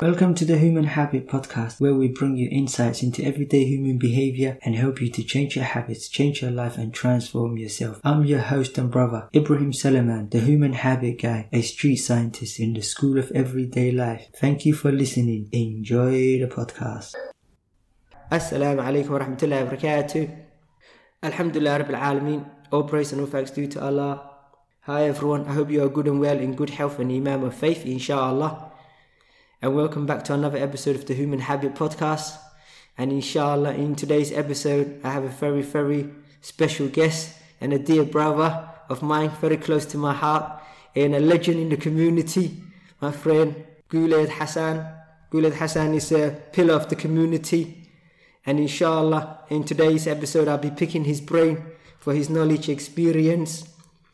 Welcome to the Human Habit Podcast, where we bring you insights into everyday human behavior and help you to change your habits, change your life, and transform yourself. I'm your host and brother, Ibrahim Salaman, the Human Habit Guy, a street scientist in the School of Everyday Life. Thank you for listening. Enjoy the podcast. Assalamu alaikum wa rahmatullahi wa barakatuh. Alhamdulillah Rabbil Alameen. All praise and all thanks due to Allah. Hi everyone, I hope you are good and well in good health and imam of faith, inshallah. And welcome back to another episode of the Human Habit Podcast. And inshallah, in today's episode, I have a very, very special guest and a dear brother of mine, very close to my heart, and a legend in the community, my friend Guled Hassan. Guled Hassan is a pillar of the community. And inshallah, in today's episode, I'll be picking his brain for his knowledge, experience,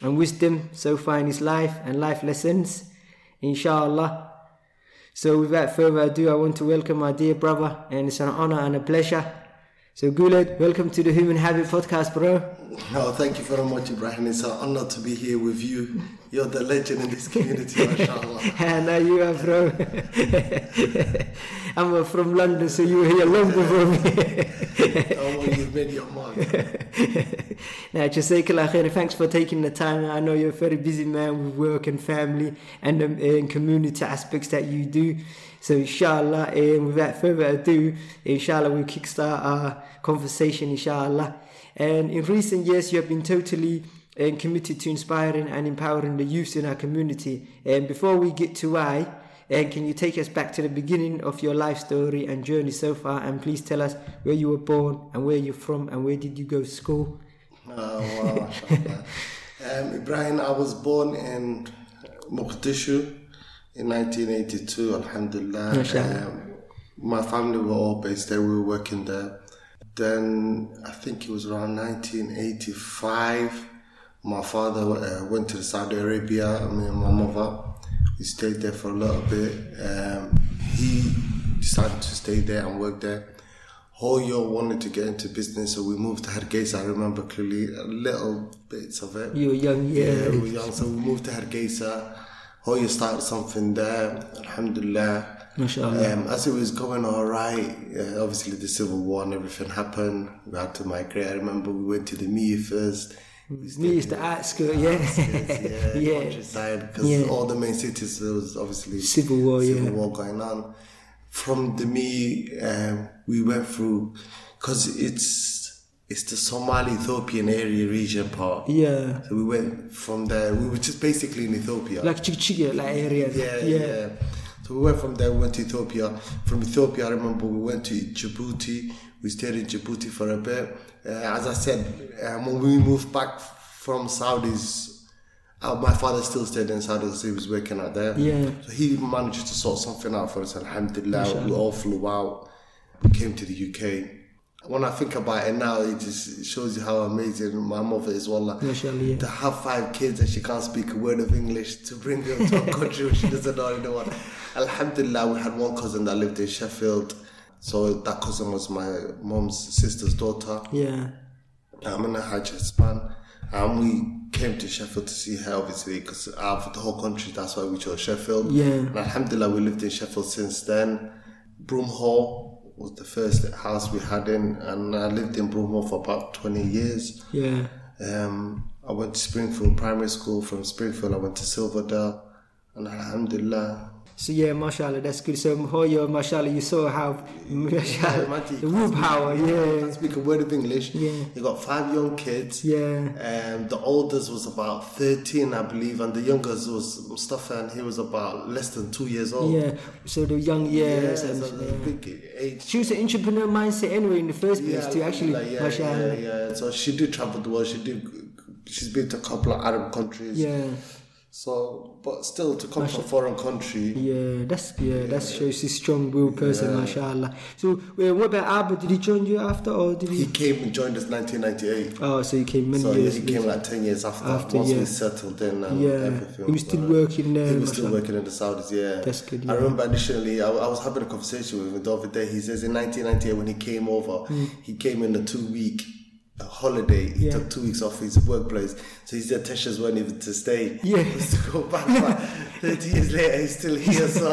and wisdom so far in his life and life lessons. Inshallah. So without further ado, I want to welcome my dear brother, and it's an honor and a pleasure. So Guled, welcome to the Human Habit Podcast, bro. No, thank you very much, Ibrahim. It's an honor to be here with you. You're the legend in this community, mashallah. And now you are, bro. I'm uh, from London, so you were here long before me. Oh, you've made your mark. now, Jazakallah khair. Thanks for taking the time. I know you're a very busy man with work and family and, um, and community aspects that you do. So, inshallah, and without further ado, inshallah, we'll kickstart our conversation, inshallah. And in recent years, you have been totally um, committed to inspiring and empowering the youth in our community. And before we get to why, and can you take us back to the beginning of your life story and journey so far? And please tell us where you were born and where you're from and where did you go to school? Oh, wow, mashallah. um, Ibrahim, I was born in Mogadishu in 1982, alhamdulillah. Mashallah. Um, my family were all based there, we were working there. Then I think it was around 1985, my father uh, went to Saudi Arabia, me and my mother. We stayed there for a little bit. Um, he decided to stay there and work there. whole year wanted to get into business, so we moved to Hargeisa. I remember clearly a little bits of it. You were young, yeah. Yeah, we were young, so we moved to Hargeisa. Whole year started something there, alhamdulillah. Mashallah. Um, as it was going all right, uh, obviously the civil war and everything happened. We had to migrate. I remember we went to the Mia first. We Me is the outskirt, yeah. yeah, Yeah. countryside because Yeah. all the main cities there was obviously Civil war, civil yeah. war going on. From the me, um, we went through because it's it's the Somali Ethiopian area region part. Yeah. So we went from there. We were just basically in Ethiopia. Like Chikchiga, like area. yeah, yeah, So we went from there. We went to Ethiopia. From Ethiopia, I remember we went to Djibouti. We stayed in Djibouti for a bit. Uh, as I said, um, when we moved back from Saudis, uh, my father still stayed in Saudis. He was working out there. Yeah. So he managed to sort something out for us. Alhamdulillah, we all flew out. We came to the UK. When I think about it now, it just shows you how amazing my mother is. Wallah Mashallah, yeah. to have five kids and she can't speak a word of English to bring them to a country which she doesn't know anyone. Alhamdulillah, we had one cousin that lived in Sheffield. So that cousin was my mom's sister's daughter. Yeah. I'm in a Hajj span. And we came to Sheffield to see her, obviously, because out of the whole country, that's why we chose Sheffield. Yeah. And Alhamdulillah, we lived in Sheffield since then. Broomhall was the first house we had in, and I lived in Broomhall for about 20 years. Yeah. Um, I went to Springfield Primary School. From Springfield, I went to Silverdale. And Alhamdulillah. So yeah, mashallah, that's good. So Hoyo, mashallah, you saw how mashallah, Mati, the woo power, I yeah, can't speak a word of English. Yeah. You got five young kids. yeah. Um, the oldest was about 13, I believe, and the youngest was Mustafa, and he was about less than two years old. Yeah, so the young, yeah. Yeah, so- so I think age. she was an entrepreneur mindset anyway in the first place Yeah, too. Actually, like, yeah, yeah, mashallah, yeah. So she did travel the world. She did. She's been to a couple of Arab countries. yeah, So, but still, to come from a foreign country, yeah. That's yeah, that shows she's strong will person, mashallah. So uh, what about Albert? Did he join you after, or did He he? came and joined us 1998. Oh, so he came many So yeah, years he later. came like 10 years after, After, once yeah. we settled in and Yeah, everything. he was still like- working there. He was still mashallah. working in the Saudis, yeah. That's good, I yeah. remember initially, I, I was having a conversation with him the other day. He says in 1998, when he came over, he came in a two week a uh, holiday. He Mm. Yeah. took two weeks off his workplace, so his attentions weren't even to stay. Yeah. He was to go back. but Thirty years later, he's still here. So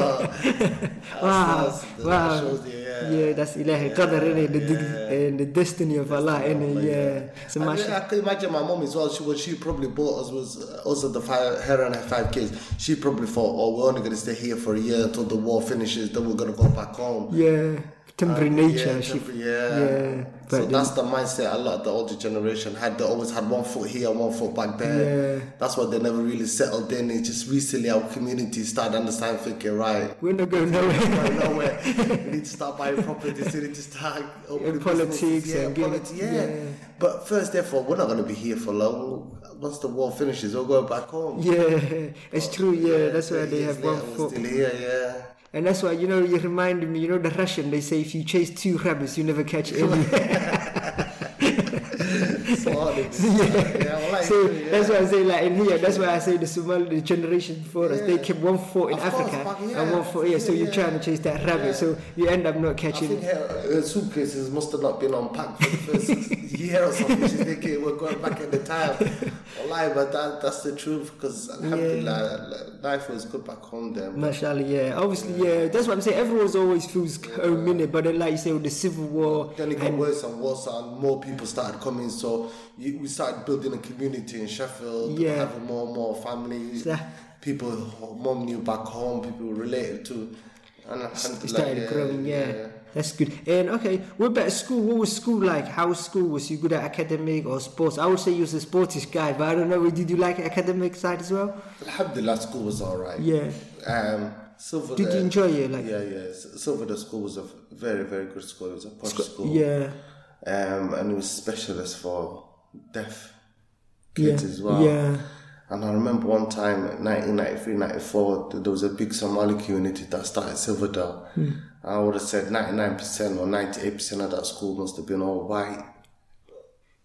Wow, That's- that's- that wow. shows you, yeah. that's Ilahi Qadr, innit? The, Yeah. and the destiny of Allah, innit? Like, Yeah. So, I, mean, masha- I can imagine my mom as well. She what she probably bought us was uh, also the five, her and her five kids. She probably thought, oh, we're only gonna stay here for a year until the war finishes. Then we're gonna go back home. yeah, temporary nature. Yeah, she- temporary- yeah. yeah. But so the- that's the mindset a lot of the older generation had. They always had one foot here, one foot back there. Yeah. That's why they never really settled in. It's just recently our community started understanding, thinking, right, we're not going nowhere. I know where you need to start buying properties, you need to start opening Yeah, politics businesses, yeah, and getting- politi- yeah. yeah. But first, therefore, we're not going to be here for long. Once the war finishes, we'll go back home. yeah, it's true. Yeah, that's why 30 they years have later, one we're foot. Still here, yeah. And that's why, you know, you reminded me, you know, the Russian, they say if you chase two rabbits, you never catch any. So hard it is. yeah. I like so it, yeah. that's why I say, like, in here, that's why I say the Somali the generation before us, they Yeah. kept one foot in Of course, Africa fuck yeah. and one foot here. So Yeah, you're yeah. trying to chase that rabbit, Yeah. so you end up not I catching think it. her, her suitcases must have not been unpacked for the first year or something. She's thinking we're going back in the time. Wallahi, but that, that's the truth because alhamdulillah, life was good back home then. but Mashallah, yeah. Obviously, yeah. That's what I'm saying. Everyone's always feels own minute, but then, like you say, with the civil war, Then it got worse and worse, and more people started coming. So you, we started building a community in Sheffield, Yeah. having more and more families, Yeah. people who mom knew back home, people related to, and it alhamdulillah, started yeah, growing. Yeah. that's good. And okay, what about school? What was school like? How was school? Was you good at academic or sports? I would say you was a sportish guy, but I don't know. Did you like academic side as well? Alhamdulillah, school was alright. Yeah. Um, Silver. Did you enjoy it? Like, Yeah, yeah. S- Silver school was a very, very good school. It was a posh school. yeah. Um, and it was specialist for deaf kids yeah. as well. Yeah. And I remember one time, 1993, 94, th- there was a big Somali community that started Silverdale. Hmm. I would have said 99% or 98% of that school must have been all white,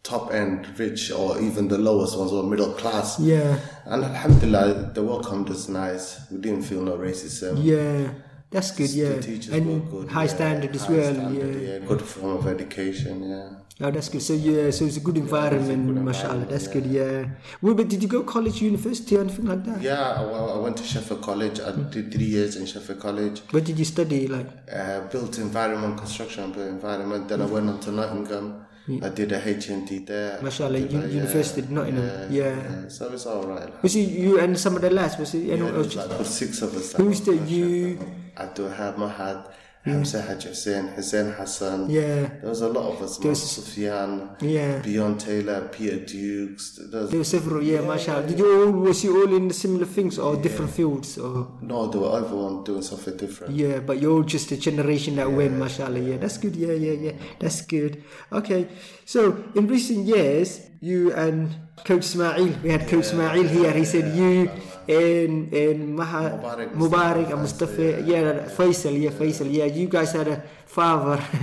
top end rich, or even the lowest ones were middle class. Yeah. And Alhamdulillah, they welcomed us nice. We didn't feel no racism. Yeah. That's good. Yeah. The teachers and were good. high yeah, standard as high well. standard, yeah. Good form of education, yeah. Oh, that's good. So yeah, so it's a good environment, mashallah. That's good. Yeah. Well, but did you go college, university, or anything like that? Yeah, well, I went to Sheffield College. I Hmm. did three years in Sheffield College. What did you study? Like, uh, built environment, construction and built environment. Then I went on to Nottingham. I did a HND there. mashallah, Did u- a- yeah, university, Nottingham. Yeah. So it's all right. Was it you and some of the lads? Was it Yeah, anyone there else? was like six of us. Who's the that went to you- Nottingham. Abdulhab Mahad, Hamza Haj Hussein, Hussein Hassan. Yeah. There was a lot of us. There's Sufyan, Yeah. Beyond Taylor, Peter Dukes. There was- There were several. Yeah, mashallah. Did you all was you all in similar things or different fields or? no, there were everyone doing something different. Yeah, but you're all just a generation that went, mashallah. Yeah, that's good. Yeah, yeah, yeah. That's good. Okay. So in recent years, you and Coach Smail, we had Coach Smail here. He said you and and Maha Mubarak, Mubarak and Mustafa, Mustafa. Yeah, Faisal. Yeah, Faisal. Yeah, you guys had a father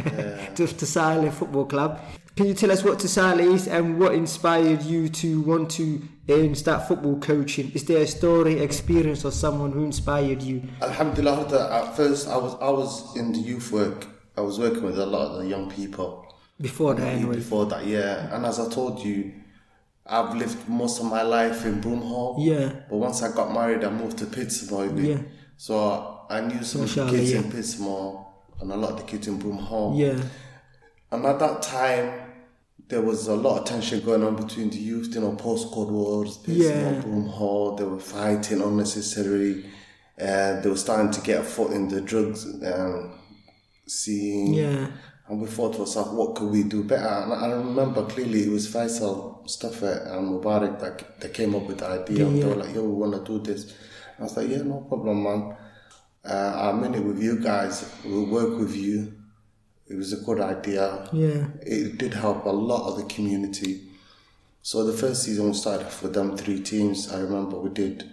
to Tasale Football Club. Can you tell us what Tasale is and what inspired you to want to um, start football coaching? Is there a story, experience, or someone who inspired you? Alhamdulillah, the- at first I was I was in the youth work. I was working with a lot of the young people. Before that, anyway. Before that, yeah. And as I told you, I've lived most of my life in Broomhall. Yeah. But once I got married, I moved to Pittsburgh. Yeah. So I knew some of the Mashallah, kids yeah. in Pittsburgh and a lot of the kids in Broomhall. Yeah, And at that time, there was a lot of tension going on between the youth, you know, postcode wars, Yeah. yeah. boom hall, they were fighting unnecessarily. Uh, they were starting to get a foot in the drugs um, scene. yeah, And we thought to ourselves, what could we do better? And I remember clearly it was Faisal, Mustafa, and Mubarak that, that came up with the idea. And they were like, yo, we want to do this. I was like, yeah, no problem, man. Uh, I'm in it with you guys. We'll work with you. It was a good idea. yeah, It did help a lot of the community. So the first season we started off with them three teams. I remember we did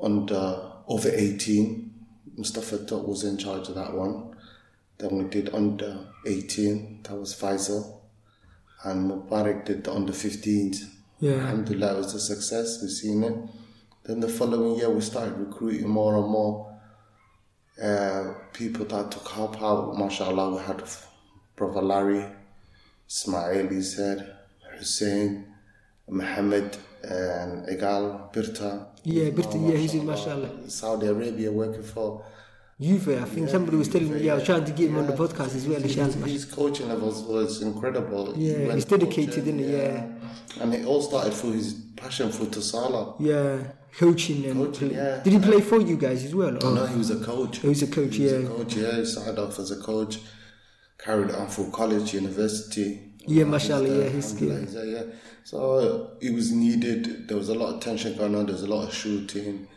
under over 18. Mustafa Tok was in charge of that one. Then we did under 18. That was Faisal. And Mubarak did the under 15s. yeah, Alhamdulillah, it was a success. We've seen it. Then the following year, we started recruiting more and more uh, people that took help out. MashaAllah, we had Brother Larry, Ismail, he said, Hussein, Mohammed, and Igal Birta. Yeah, Birta, yeah, he's in mashallah. Saudi Arabia working for. Juve, I think somebody was telling me, yeah, I was trying to get him on the Yeah, podcast as well. his- inshallah. His coaching levels was incredible. He Yeah, went he's dedicated, coaching, isn't he? And it all started through his passion for Tasala. Yeah, coaching and Coaching, play. yeah. Did he play for you guys as well? or- No, he was a coach. He was a coach, He was yeah. a coach, yeah. He started off as a coach, carried on through college, university. Yeah, mashallah, yeah, he's Alhamdulillah, good. he's there, yeah. So it was needed. There was a lot of tension going on. There was a lot of shooting,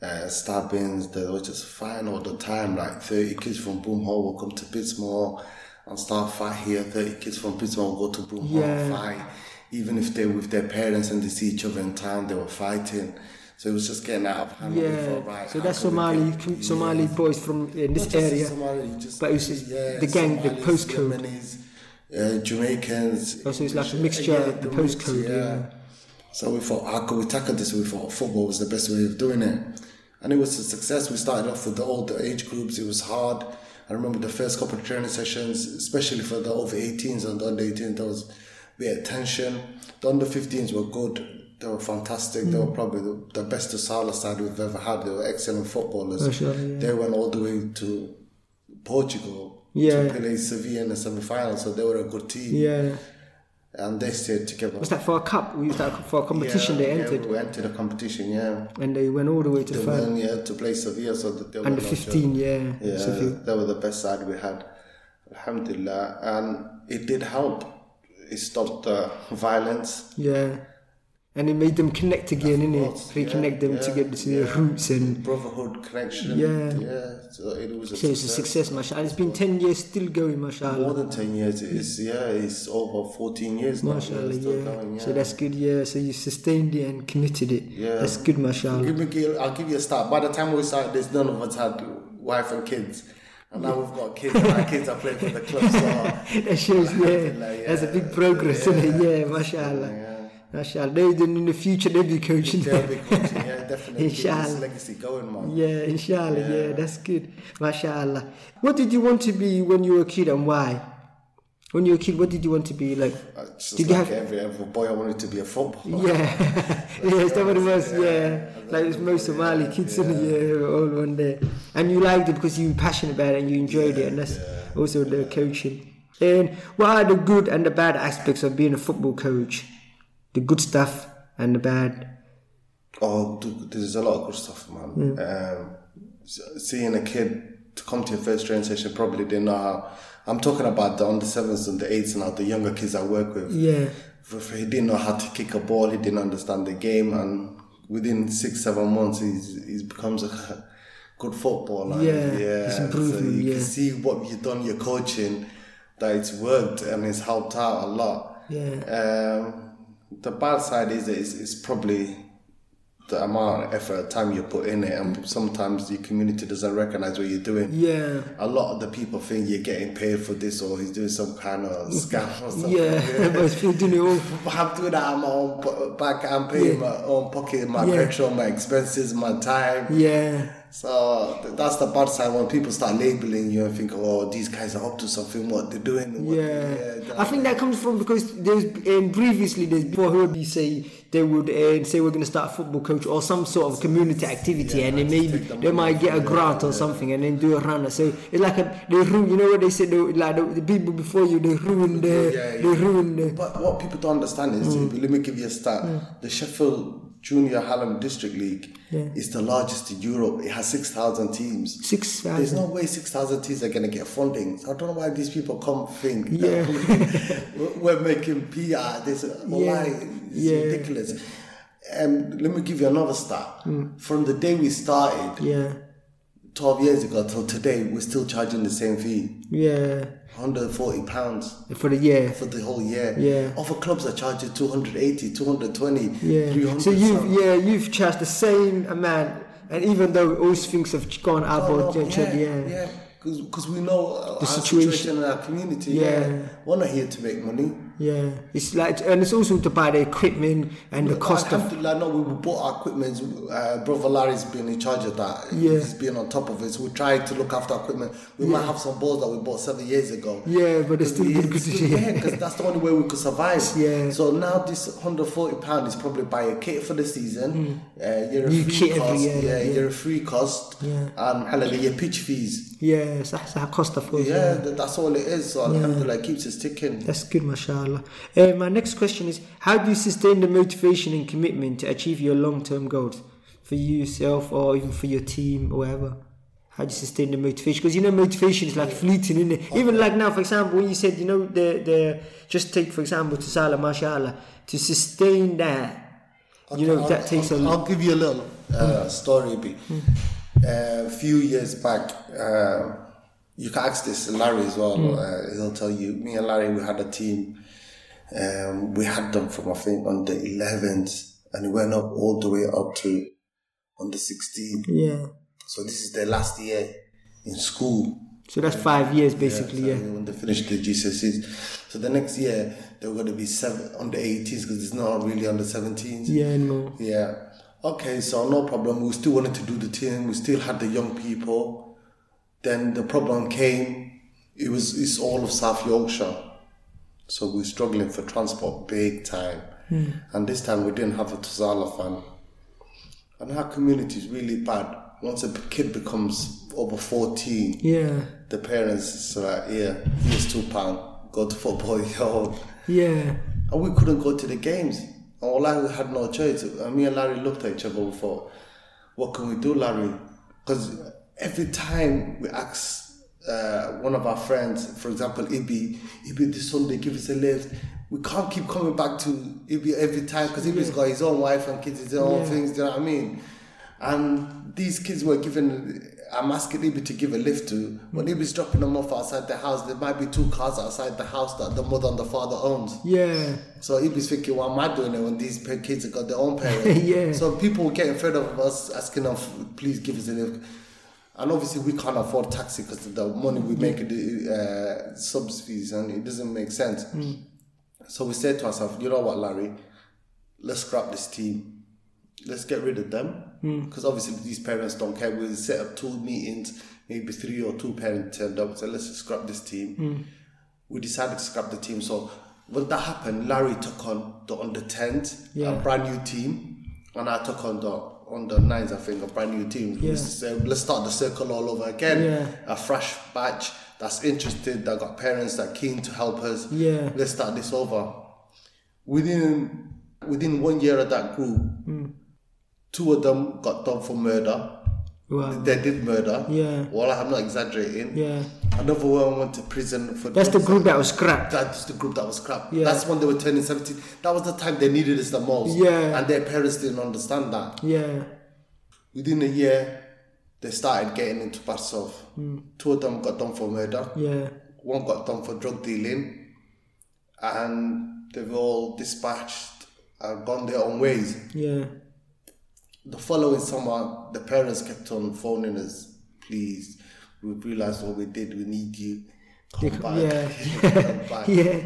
uh, stabbings. They were just fighting all the time. Like 30 kids from Boomhole will come to Pittsmore and start fight here. 30 kids from Pittsmore will go to Boomhole Yeah. and fight. Even if they're with their parents and they see each other in town, they were fighting. So it was just getting out of hand. Yeah, before, right, so how that's can we Somali get- com- Somali boys from uh, in this not just area. Somali, just- but it's just the gang, the Somalis, postcode. Yemenis, uh, Jamaicans. Oh, so it's like a English, mixture of the the mix, postcode, yeah. So we thought, how could we tackle this? We thought football was the best way of doing it. And it was a success. We started off with the older age groups. It was hard. I remember the first couple of training sessions, especially for the over 18s and the under 18s, there was a bit of tension. The under 15s were good. They were fantastic. They Mm. were probably the, the best to Salah side we've ever had. They were excellent footballers. Mashallah, yeah. They went all the way to Portugal Yeah. to play Sevilla in the semi final, so they were a good team. Yeah. And they stayed together. Was that for a cup? Was that for a competition yeah, they yeah, entered? we entered a competition, yeah. And they went all the way to the They final. went, yeah, to play Sevilla, so that they were Under not 15, sure. yeah. Yeah, Sevilla. they were the best side we had. Alhamdulillah. And it did help. It stopped the violence. Yeah. And it made them connect again, course, innit? Reconnect yeah, them to yeah, get to their yeah. roots and Brotherhood connection. Yeah. Yeah. So it was a so it's a success, mashallah. And it's been 10 years still going, More mashallah. than 10 years. It's, yeah, it's over 14 years now. Mashallah, It's still yeah. going, So that's good, yeah. So you sustained it and committed it. Yeah. That's good, mashallah. Give me, give- I'll give you a start. By the time we started this, none of us had wife and kids. And now we've got kids, and our kids are playing for the club. So that shows, yeah. Alhamdulillah, yeah. That's a big progress, yeah. innit? Yeah, mashallah. Yeah. Mashallah. They, then in the future, they'll be coaching. they'll be coaching, yeah, definitely. Keep Inshallah. this legacy going, man. Yeah, inshallah, yeah. that's good. Mashallah. What did you want to be when you were a kid and why? When you were a kid, what did you want to be like? It's just Did you like have- every, every boy, I wanted to be a footballer. Yeah, yeah, it's what it was, yeah. Like it's most Somali kids in the year who are all one there. And you liked it because you were passionate about it and you enjoyed it, and that's also the coaching. And what are the good and the bad aspects of being a football coach? The good stuff and the bad. Oh, dude, there's a lot of good stuff, man. Um, s- seeing a kid to come to your first training session probably didn't know how. I'm talking about the under sevens and the eights and all the younger kids I work with. Yeah, He didn't know how to kick a ball. He didn't understand the game, and within six, seven months, he's he becomes a good footballer. Yeah, he's So improving, you yeah. can see what you've done, your coaching, that it's worked and it's helped out a lot. yeah, Um, the bad side is is, is probably the amount of effort, time you put in it, and sometimes your community doesn't recognize what you're doing. yeah. A lot of the people think you're getting paid for this, or he's doing some kind of scam or something. Yeah, but still doing it all. I'm doing that on my own po- back. I'm paying my own pocket, my Yeah. petrol, my expenses, my time. Yeah. So th- that's the bad side when people start labeling you and think, oh, these guys are up to something. What they're doing? What Yeah, they're- I think that comes from because there's um, previously there's people who would be say they would um, say we're going to start a football coach or some sort of community activity, and then maybe they might get a grant or something, and then do a runner. So it's like a, they ruin. You know what they say? They, like the, the people before you, they ruin the Yeah, yeah. they ruin the But what people don't understand is, Mm. let me give you a stat. The Sheffield Junior Hallam District League is the largest in Europe. It has 6,000 teams. six There's thousand. no way 6,000 teams are going to get funding. So I don't know why these people come think that Yeah. we- we're making PR. This yeah. it's Yeah. ridiculous. And let me give you another stat. Hmm. From the day we started, Yeah, 12 years ago till today, we're still charging the same fee, yeah, 140 pounds for the year. for the whole year. Yeah. Other clubs are charging 280, 220, Yeah. 300. So you've some- yeah you've charged the same amount, and even though all things have gone up Oh, or changed, yeah. yeah. Because we know uh, The our situation. situation. in our community. Yeah. We're not here to make money. Yeah, it's like, and it's also about the equipment and the cost of. Alhamdulillah, no, we bought our equipment. Uh, Brother Larry's been in charge of that. Yeah. He's been on top of it. So we try to look after our equipment. We might have some balls that we bought seven years ago. Yeah, but it's still We- good condition. Yeah, because that's the only way we could survive. Yeah. So now this 140 pound is probably buy a kit for the season. Uh, you're a Mm. New free kit every cost. year, yeah, yeah. you're a free cost. Um, Yeah. And halala, your pitch fees. Yeah, صح صح cost of course. Yeah, that- that's all it is. So Alhamdulillah, it keeps us ticking. That's good, mashallah. Uh, my next question is How do you sustain the motivation and commitment to achieve your long term goals for yourself or even for your team or whatever? How do you sustain the motivation? Because you know, motivation is like fleeting, isn't it? Even like now, for example, when you said, you know, the, the just take, for example, to Salah, mashallah, to sustain that, you know, I'll- that takes a Hmm. I'll- lot. I'll give you a little uh, story. B. Uh, A few years back, uh, you can ask this to Larry as well. Hmm. Uh, he'll tell you. Me and Larry, we had a team. Um, we had them from I think under 11s, and it went up all the way up to under 16. Yeah. So this is their last year in school. So that's five years So basically, yeah. When they finish the GCSEs, E. so the next year they were going to be seven under 18s because it's not really under 17s. Yeah, no. Yeah. Okay, so no problem. We still wanted to do the team. We still had the young people. Then the problem came. It was it's all of South Yorkshire, so we were struggling for transport big time. And this time we didn't have a Tuzala fan. And our community is really bad. Once a kid becomes over fourteen, Yeah. the parents are like, "Yeah, here's two pound. Go to football, yo." Yeah. and we couldn't go to the games. And Wallahi, we had no choice. And me and Larry looked at each other and thought, what can we do, Larry? Because every time we ask uh, one of our friends, for example, Ibi, Ibi this Sunday, give us a lift. We can't keep coming back to Ibi every time because Ibi's got his own wife and kids, his own Yeah. things, do you know what I mean? And these kids were given, I'm asking Ibi to give a lift to. When Ibi's dropping them off outside the house, there might be two cars outside the house that the mother and the father owns. Yeah. So he'd be thinking, why am I doing it when these pe- kids have got their own parents? Yeah. So people were getting fed up of us asking them, please give us a lift. And obviously we can't afford taxi because the money we make, the uh, subs fees, and it doesn't make sense. So we said to ourselves, you know what, Larry, let's scrap this team. Let's get rid of them Hmm. because obviously these parents don't care. We'll set up two meetings, maybe three or two parents turned up. So let's scrap this team Hmm. we decided to scrap the team. So when that happened, Larry took on the under 10s, Yeah. a brand new team, and I took on the under nines, I think, a brand new team. Yeah. We said, let's start the circle all over again. Yeah. A fresh batch that's interested, that got parents that are keen to help us. Yeah. Let's start this over. Within within one year of that group, Hmm. two of them got done for murder. Wow. They did murder. Yeah. Well, I'm not exaggerating. Yeah. Another one went to prison for That's the drugs group that was scrapped. that's the group that was crap. Yeah. That's when they were turning 17. That was the time they needed us the most. Yeah. And their parents didn't understand that. Yeah. Within a year, they started getting into Barsov. Hmm. Two of them got done for murder. Yeah. One got done for drug dealing. And they were all dispatched and gone their own ways. Yeah. The following summer, the parents kept on phoning us, please, we realized what we did, we need you. Come back. Come back. Yeah.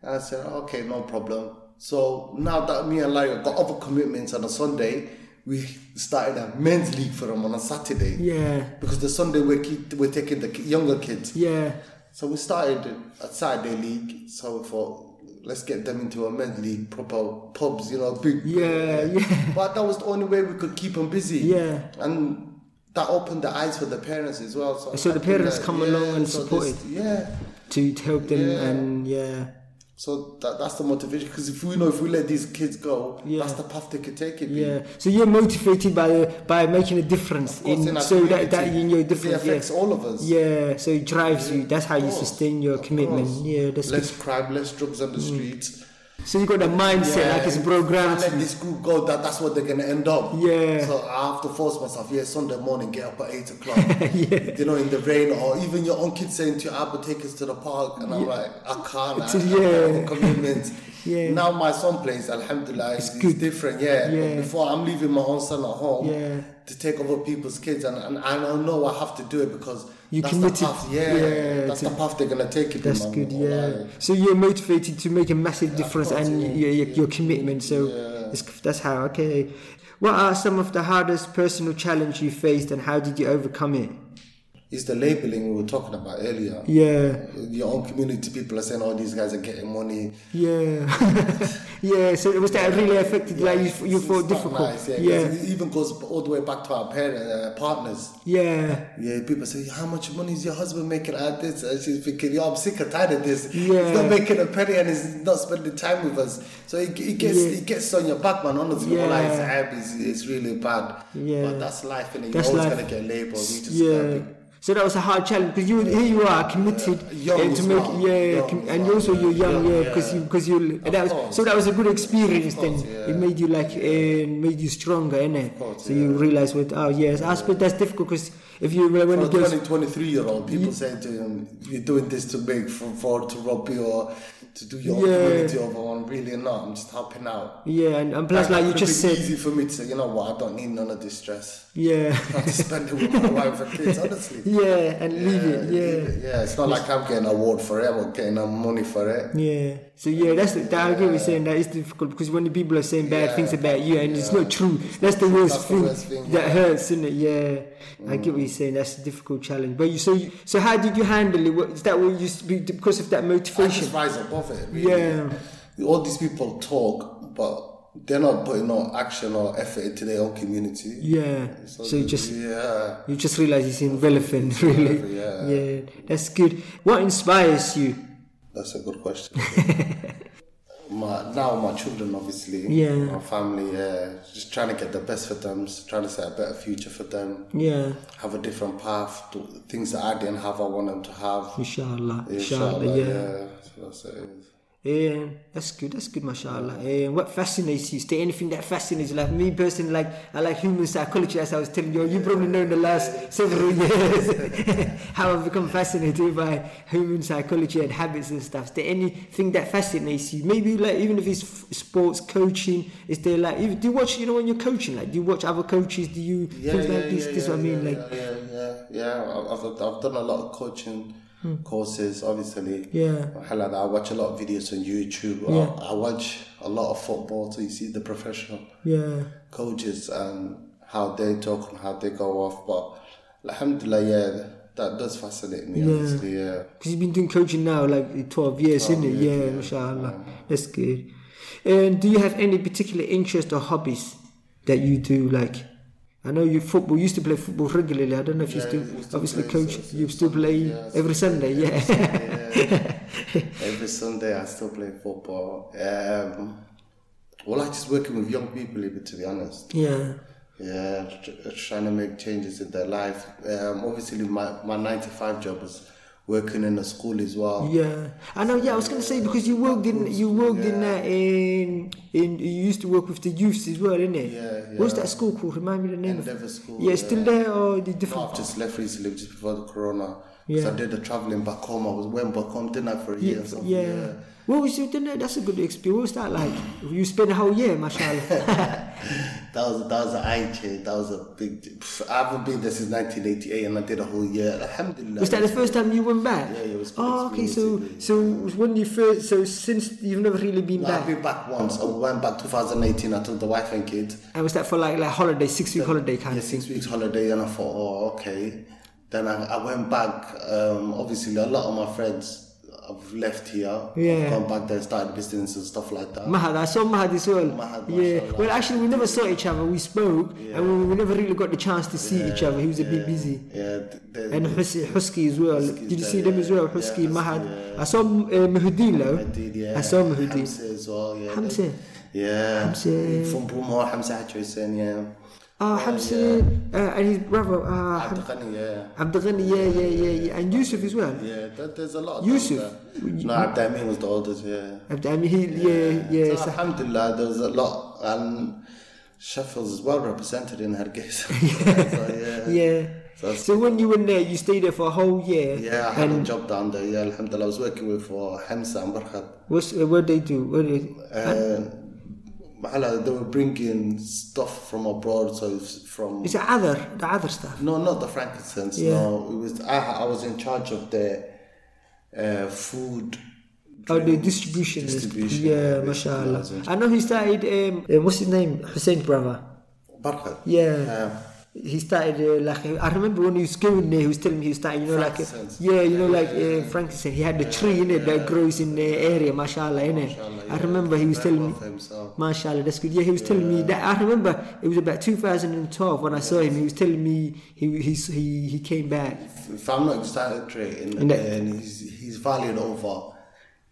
And I said, okay, no problem. So now that me and Larry got other commitments on a Sunday, we started a men's league for them on a Saturday. Yeah. Because the Sunday we're, keep, we're taking the ki- younger kids. Yeah. So we started a Saturday league. So we thought, let's get them into a men's league, proper pubs, you know, big. Yeah. Yeah. But that was the only way we could keep them busy. Yeah. And that opened the eyes for the parents as well. So, So the I think parents that- come along and so support this- Yeah. To help them Yeah. and yeah. So that, that's the motivation because if we know if we let these kids go, Yeah. that's the path they could take it. Yeah. So you're motivated by by making a difference Of course, in our so that, that community, in your it difference. affects Yeah. all of us. yeah. So it drives you. That's how you Of course, sustain your of commitment. course. Yeah. That's less good. Mm. crime, less drugs on the streets. So you got a mindset like it's programmed. Let this group go. That that's what they're gonna end up. Yeah. So I have to force myself. Yeah, Sunday morning, get up at eight o'clock. yeah. You know, in the rain, or even your own kids saying to you, "Abba, take us to the park," and I'm like, "I can't. I, I yeah. have a commitment." Yeah. Now my son plays. Alhamdulillah, it's, it's good. different. Yeah. Yeah. But before I'm leaving my own son at home Yeah. to take over people's kids, and, and and I know I have to do it because you that's committed. the path. Yeah, yeah, that's to- the path they're gonna take you. that's man, good. all Yeah. right. So you're motivated to make a massive difference course, and yeah, your, your, your commitment. So it's, that's how. Okay. What are some of the hardest personal challenge you faced and how did you overcome it? It's the labeling we were talking about earlier. Yeah. Your own community people are saying, "Oh, these guys are getting money." Yeah. yeah. So was that really affected? like you, you It's- thought it's not difficult. nice, yeah, 'cause yeah. It even goes all the way back to our parents, uh, partners. Yeah. Yeah, people say, how much money is your husband making at this? And she's thinking, yo, I'm sick and tired of this. Yeah. He's not making a penny and he's not spending time with us. So it, it gets Yeah. it gets on your back, man. Honestly, all I Yeah. have is it's really bad. Yeah. But that's life, and you're That's always life. gonna get labelled. You just Yeah. gotta be- So that was a hard challenge because you here you are committed Yeah, Uh, young and to as make well. yeah, Young com- as and well, also you're yeah. young Young, yeah yeah. because you because you Of that was, course. so that was a good experience Of course, then yeah. it made you like uh, made you stronger innit? course, so you realize what oh yes I suppose that's difficult because if you when For it a goes 20, 23 year old, people say to him, you're doing this to make for, for to rob you or to do your Yeah. own community over. I'm really not. I'm just helping out. yeah and, and plus like you It just would've been said easy for me to say, you know what? I don't need none of this stress. yeah I just spend it with my wife and kids, honestly. yeah and leave it Yeah, yeah. yeah, it's not like I'm getting an award for it or getting um, money for it. Yeah. So yeah, that's the, that I agree with saying that it's difficult because when the people are saying bad Yeah. things about you and it's not true, that's the worst That's the thing, worst thing, that yeah. Mm. hurts, isn't it? Yeah. I get what you're saying. That's a difficult challenge. But you so you, so how did you handle it? What, is that what you used to be because of that I motivation? just rise above it. Yeah. Really. All these people talk, but they're not putting no action or effort into their own community. Yeah. So, you just yeah. you just realize it's irrelevant, really. yeah. yeah. That's good. What inspires you? That's a good question. my now my children obviously, Yeah. my family, yeah, just trying to get the best for them, trying to set a better future for them, Yeah. have a different path, do things that I didn't have, I want them to have. Inshallah. Inshallah. Inshallah, yeah. So that's it. Yeah, Eh, that's good. That's good, mashallah. Yeah, what fascinates you? Is there anything that fascinates you? Like me personally, like I like human psychology. As I was telling you, you probably know in the last several years how I've become fascinated by human psychology and habits and stuff. Is there anything that fascinates you? Maybe like even if it's f- sports coaching. Is there like if, do you watch? You know, when you're coaching, like do you watch other coaches? Do you things like this? this is what I mean. yeah, like yeah, yeah, yeah. I- I've, I've, I've done a lot of coaching courses, obviously. Hmm. Yeah. Hell, I watch a lot of videos on YouTube. Yeah. I, I watch a lot of football, so you see the professional yeah, coaches and how they talk and how they go off. But alhamdulillah, yeah, that does fascinate me. Honestly, yeah. Because you've been doing coaching now like 12 years, isn't Oh, it? Yeah, mashallah. That's good. And do you have any particular interest or hobbies that you do? Like, I know you football, you used to play football regularly. I don't know if you still, we still obviously, play coach, Sunday, you still play every Sunday, yeah. Every Sunday, I still play football. Um, well, I just working with young people, even to be honest. yeah. Yeah, tr- trying to make changes in their life. Um, obviously, my, my 95 job is working in a school as well. Yeah, I know. Yeah, I was gonna say because you worked in you worked in that in in you used to work with the youths as well, didn't it? Yeah, What's yeah. that school called? Remind me the name. of- Endeavour School, Yeah, it's still yeah. there or the No, different? I've just left recently, just before the corona. Yeah. So I did the traveling back home. I was went back home, didn't I, for a year Yeah, or something? yeah. What was you doing there? That's a good experience. What was that like? You spent a whole year, mashallah. That was that was an eye change. That was a big. Pff, I haven't been there since 1988, and I did a whole year. Alhamdulillah. was that the first time you went back? Yeah, yeah, it was good Oh, okay. So, experience, so when you first, so since you've never really been No, I've back, been back once. I went back 2018. I took the wife and kids. and was that for like like holiday, six week holiday kind yeah, of thing? six weeks holiday, and I thought, oh, okay. Then I, I went back. Um, obviously, a lot of my friends have left here. Yeah. I've gone back there, started business and stuff like that. Mahad, I saw Mahad as well. Mahad, yeah. mashallah. Well, actually, we never saw each other. We spoke, and we, we never really got the chance to see each other. He was a bit busy. yeah, th- they- And Hus- Husky as well. Husky's Did you there, see them as yeah. well? Husky, Yeah, Husky, Mahad. yeah. I saw uh, Mahuddin, though. I did, yeah. I saw Mahuddin. Hamza as well, yeah. Hamza? Yeah. Hamza. From Brumho, Hamza Hussein, yeah. Ah, Hamza uh, and his brother. Uh, Ham- Abdul Ghani, yeah. Abdul Ghani, yeah, yeah, yeah, yeah, and Yusuf as well. Yeah, there- there's a lot of Yusuf. them there. No, Abdamin was the oldest, yeah. Abdul, I mean, he, yeah, yeah, So, so- Alhamdulillah, there was a lot. And Sheffield's is well represented in Hargeisa. so, yeah. yeah. So- So when you were there, you stayed there for a whole year. Yeah, I had a And job down there. Yeah, Alhamdulillah, I was working with uh, Hamza and Barkat. what's uh, what they do? What they, Uh, Mahala, they were bringing stuff from abroad, so it's from It's the other, the other stuff. no, not the frankincense. Yeah. No, it was I, I was in charge of the uh, food. Oh, the drink distribution. is- distribution, yeah, which I mashallah. was in I know he started, um, uh, what's his name? Hussein brother. Barkat. Yeah. Um, He started uh, like I remember when he was going there, he was telling me he started, you know, like uh, Frankincense. yeah, you know, like uh, Frankincense. He had the tree in it that grows in the area, mashallah, in it. Mashallah, I yeah. remember he was Very telling well me, for himself. mashallah, that's good. Yeah, he was telling me that. I remember it was about 2012 when I saw him. He was telling me he he he, he came back. If I'm not exaggerating, And and, that- he's he's valued over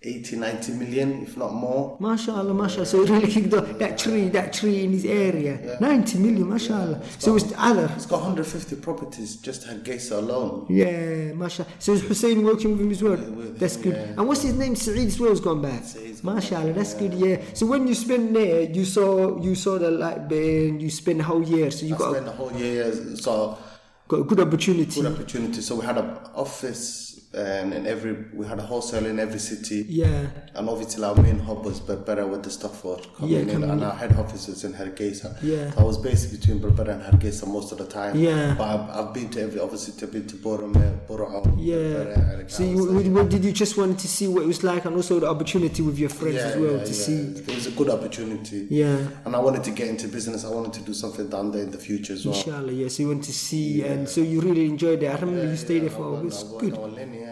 80, 90 million, if not more. MashaAllah, mashaAllah. So it really kicked off that tree, that tree in his area. 90 million, mashaAllah. so it was the other. He's got 150 properties just at Gesa alone. Yeah, mashallah. So is Hussein working with him as well? with that's him, good. yeah. And what's his name? Saeed as well has gone back. Saeed's gone Mashallah, that's good. Yeah. So when you spend there, you saw you saw the light band. You spend the whole year, so you I got a, spent the whole year, so got a good opportunity. good opportunity. So we had an office um, in every, we had a wholesale in every city. yeah, And obviously our main hub was Berbera with the stuff was coming Yeah, in coming in. and our head office was in Hargeisa. Yeah. So I was based between Berbera and Hargeisa most of the time. Yeah. But I've, I've been to every office, I've been to uh, Borome, Borao, Berbera, yeah. and So you, Hargeisa. what- what did you just want to see what it was like, and also the opportunity with your friends as well to see. It was a good opportunity. Yeah. And I wanted to get into business. I wanted to do something down there in the future as well. Inshallah, yes, you want to see, and so you really enjoyed it. I remember you stayed there I for won- a I week. won Good. all in, yeah.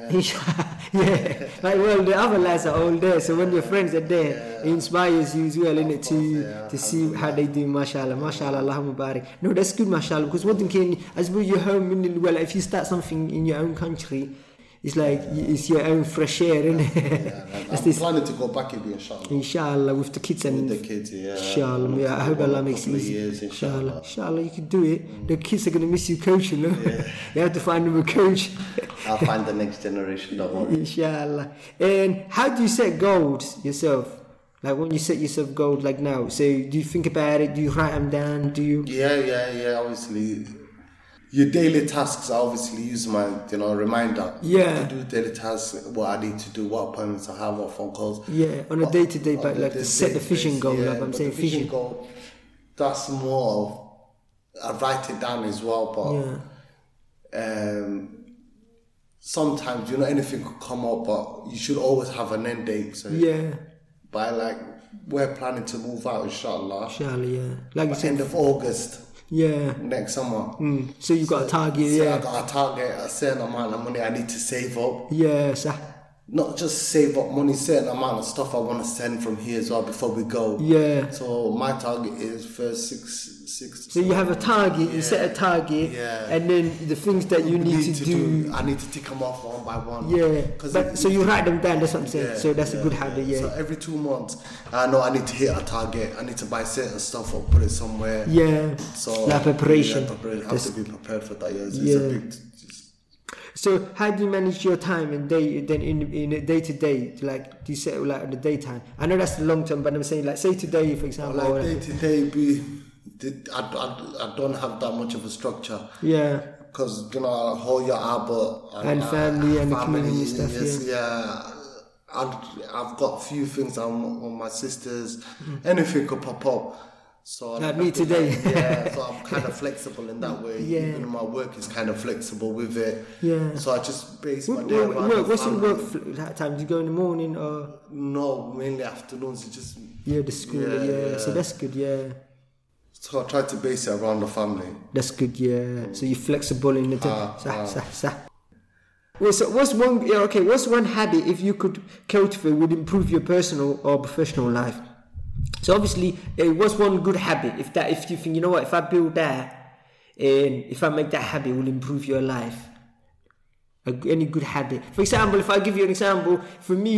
yeah, like well, the other lads are all there. So when your friends are there, it inspires you as well, in it to to see how they do. Mashallah, mashallah, Allah mubarak. No, that's good, mashallah. Because one thing can, as well, your home in well, if you start something in your own country, it's like it's your own fresh air, innit? And That's I'm this. planning to go back here, inshallah. Inshallah, with the kids and With the kids, yeah. Inshallah, yeah, I hope Allah makes it Couple of easy. years, inshallah. inshallah. inshallah, you can do it. The kids are gonna miss you coaching, no? you have to find them a coach. I'll find the next generation, don't worry. Inshallah. And how do you set goals yourself? Like when you set yourself goals, like now, so do you think about it? Do you write them down? Do you? Yeah, yeah, yeah. Obviously, your daily tasks. I obviously use my, you know, reminder. Yeah. To do daily tasks, what I need to do, what appointments I have, what phone calls. Yeah, on a day-to-day, On but the like to set the day-to-day vision basis, goal, yeah, like I'm but saying, the vision vision. goal. That's more of I write it down as well, Yeah, but um, sometimes you know anything could come up, but you should always have an end date. So yeah, by like we're planning to move out, inshallah, inshallah, yeah. Like you said, end of August yeah. next summer. So you got a target, So I yeah, got a target, a certain amount of money I need to save up. yeah, sir. Not just save up money, certain amount of stuff I want to send from here as well before we go. Yeah. So my target is first six, six. So you have a target, you set a target, Yeah. and then the things that you need, to, do. I need to tick them off one by one. Yeah. Because But, so you write them down. That's what I'm saying. so that's a good habit. Yeah. So every two months, I know I need to hit a target. I need to buy certain stuff or put it somewhere. yeah. So Like preparation. Yeah, preparation. I have That's- to be prepared for that. Yeah. It's, Yeah. it's a big. So how do you manage your time and day then in in a day to day? Like do you set like on the daytime? I know that's the long term, but I'm saying like say today for example. Like or- day to day, be. I, I, I don't have that much of a structure. yeah. Because you know, I hold your album And family and community stuff, Yes, yeah. I've, I've got a few things on, on my sisters. Anything could pop up. So Mm-hmm. Like I- me today. yeah. So I'm kind of flexible in that way. Yeah. Even my work is kind of flexible with it. Yeah. So I just base my What, day what, around work, the what's your family. work fl- that time? Do you go in the morning or No, mainly afternoons. It just yeah the school? Yeah, Yeah, So yeah. that's good. Yeah. so I try to base it around the family. That's good, yeah. So you're flexible in the time. Sa- sa- sa. Well, so what's one? yeah, Okay, what's one habit if you could cultivate would improve your personal or professional life? So obviously, eh, what's one good habit if that if you think you know what if I build that and if I make that habit it will improve your life. A g any good habit. For example, if I give you an example, for me,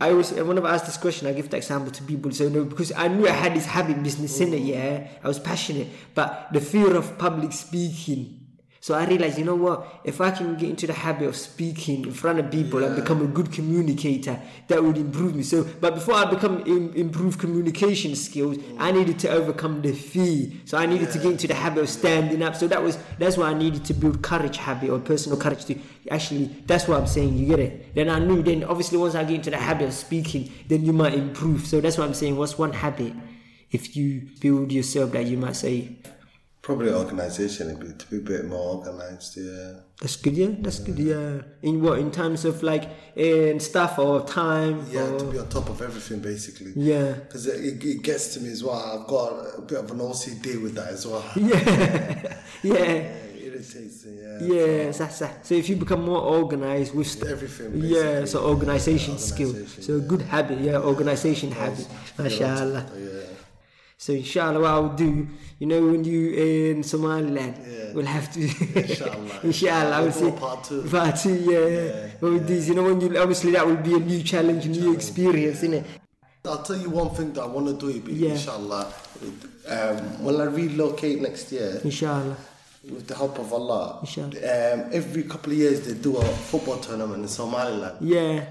I always eh, whenever I ask this question, I give the example to people. So no, because I knew I had this habit business in it. Yeah, I was passionate, but the fear of public speaking. So I realized, you know what? If I can get into the habit of speaking in front of people and become a good communicator, that would improve me. So, but before I become im- improve communication skills, I needed to overcome the fear. So I needed to get into the habit of standing up. So that was that's why I needed to build courage habit or personal courage to actually. That's what I'm saying. You get it? Then I knew. Then obviously once I get into the habit of speaking, then you might improve. So that's what I'm saying. What's one habit if you build yourself that you might say Probably organisation, it'd be to be a bit more organised, yeah. that's good yeah that's good yeah in what in terms of like in stuff or time Yeah, to or, be on top of everything, basically. Oh. yeah Because it, it, it gets to me as well. I've got a bit of an OCD with that as well. yeah yeah It irritates me, yeah. yeah that's that so if you become more organized with st- Everything, yeah basically. so organization skill Organisation, so good habit yeah organization habit mashallah Oh, Yeah. So inshallah, what I'll do, you know, when you in Somaliland, we'll have to. Inshallah. inshallah, I will We'll say do a part two. Part two, yeah. What we do is, you know, when you obviously that will be a new challenge, a new experience, innit? I'll tell you one thing that I want to do, Ibi, Yeah. inshallah. Um, when I relocate next year, Inshallah. with the help of Allah, Inshallah. um, every couple of years they do a football tournament in Somaliland Yeah,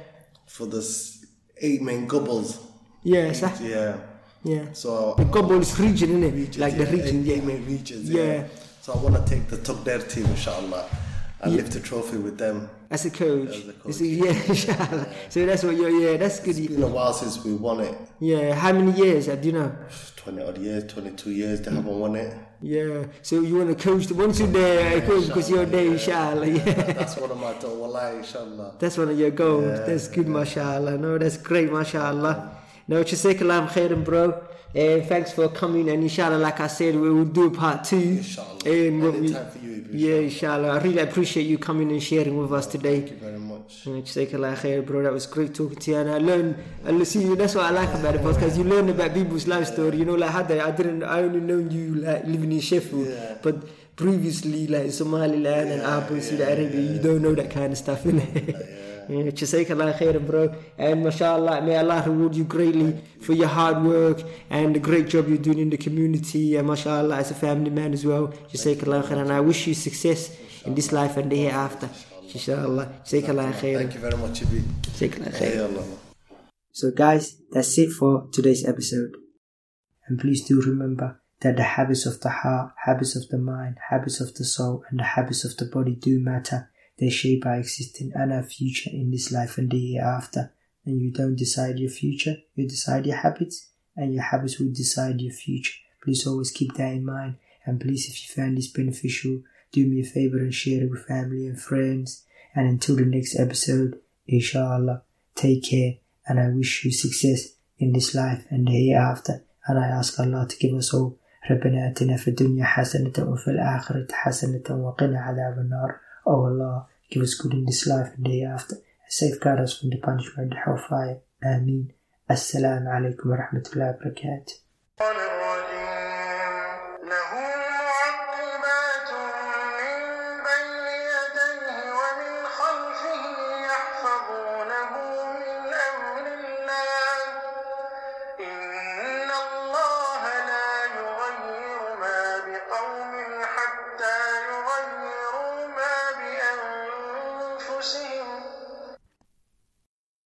for the s- eight main couples. yeah, sir. Yeah. yeah. So The Gobols region, innit? regions, like the yeah, region, eight- yeah. eight main regions. Yeah. Yeah. So I want to take the Tugder team, inshallah, and lift the trophy with them. As a coach, As a You see, yeah, inshallah. So that's what you're, yeah, that's good. It's been a while since we won it. Yeah, how many years? uh, Do you know? 20 odd years, 22 years, they haven't won it. Yeah. So you want to coach? Once you're there, uh, coach because you're there, inshallah. Yeah. That's one of my goals, wallahi, inshallah. That's one of your goals. that's good, mashallah. No, that's great, mashallah. No, Jazakallah khairan, bro. And thanks for coming. And inshallah, like I said, we will do part two. Inshallah. And what we, Anytime for you, Ibu, yeah, inshallah. I really appreciate you coming and sharing with us today. Thank you very much. Jazakallah khair, bro. That was great talking to you. And I learned, and see, that's what I like about the podcast. You learn about people's life story. You know, like how they, I didn't, I only know you like living in Sheffield, but previously, like Somaliland and Abu Saudi Arabia, you don't know that kind of stuff, innit? Yeah, Jazakallah khair, bro. And mashallah, may Allah reward you greatly for your hard work and the great job you're doing in the community. And mashallah, as a family man as well. Jazakallah khair. And I wish you success in this life and the hereafter. Inshallah. Jazakallah khair. Thank you very much, Ibi. Jazakallah khair. Hey, Allah. So, guys, that's it for today's episode. And please do remember that the habits of the heart, habits of the mind, habits of the soul, and the habits of the body do matter. They shape our existence and our future in this life and the hereafter. And you don't decide your future, you decide your habits, and your habits will decide your future. Please always keep that in mind. And please, if you found this beneficial, do me a favor and share it with family and friends. And until the next episode, inshallah, take care. And I wish you success in this life and the hereafter. And I ask Allah to give us all. ربنا آتنا في الدنيا حسنة وفي الآخرة حسنة وقنا عذاب النار. Oh Allah, give us good in this life and the hereafter. And safeguard us from the punishment of hellfire. Ameen. Assalamu alaikum wa rahmatullahi wa barakatuh. Morning.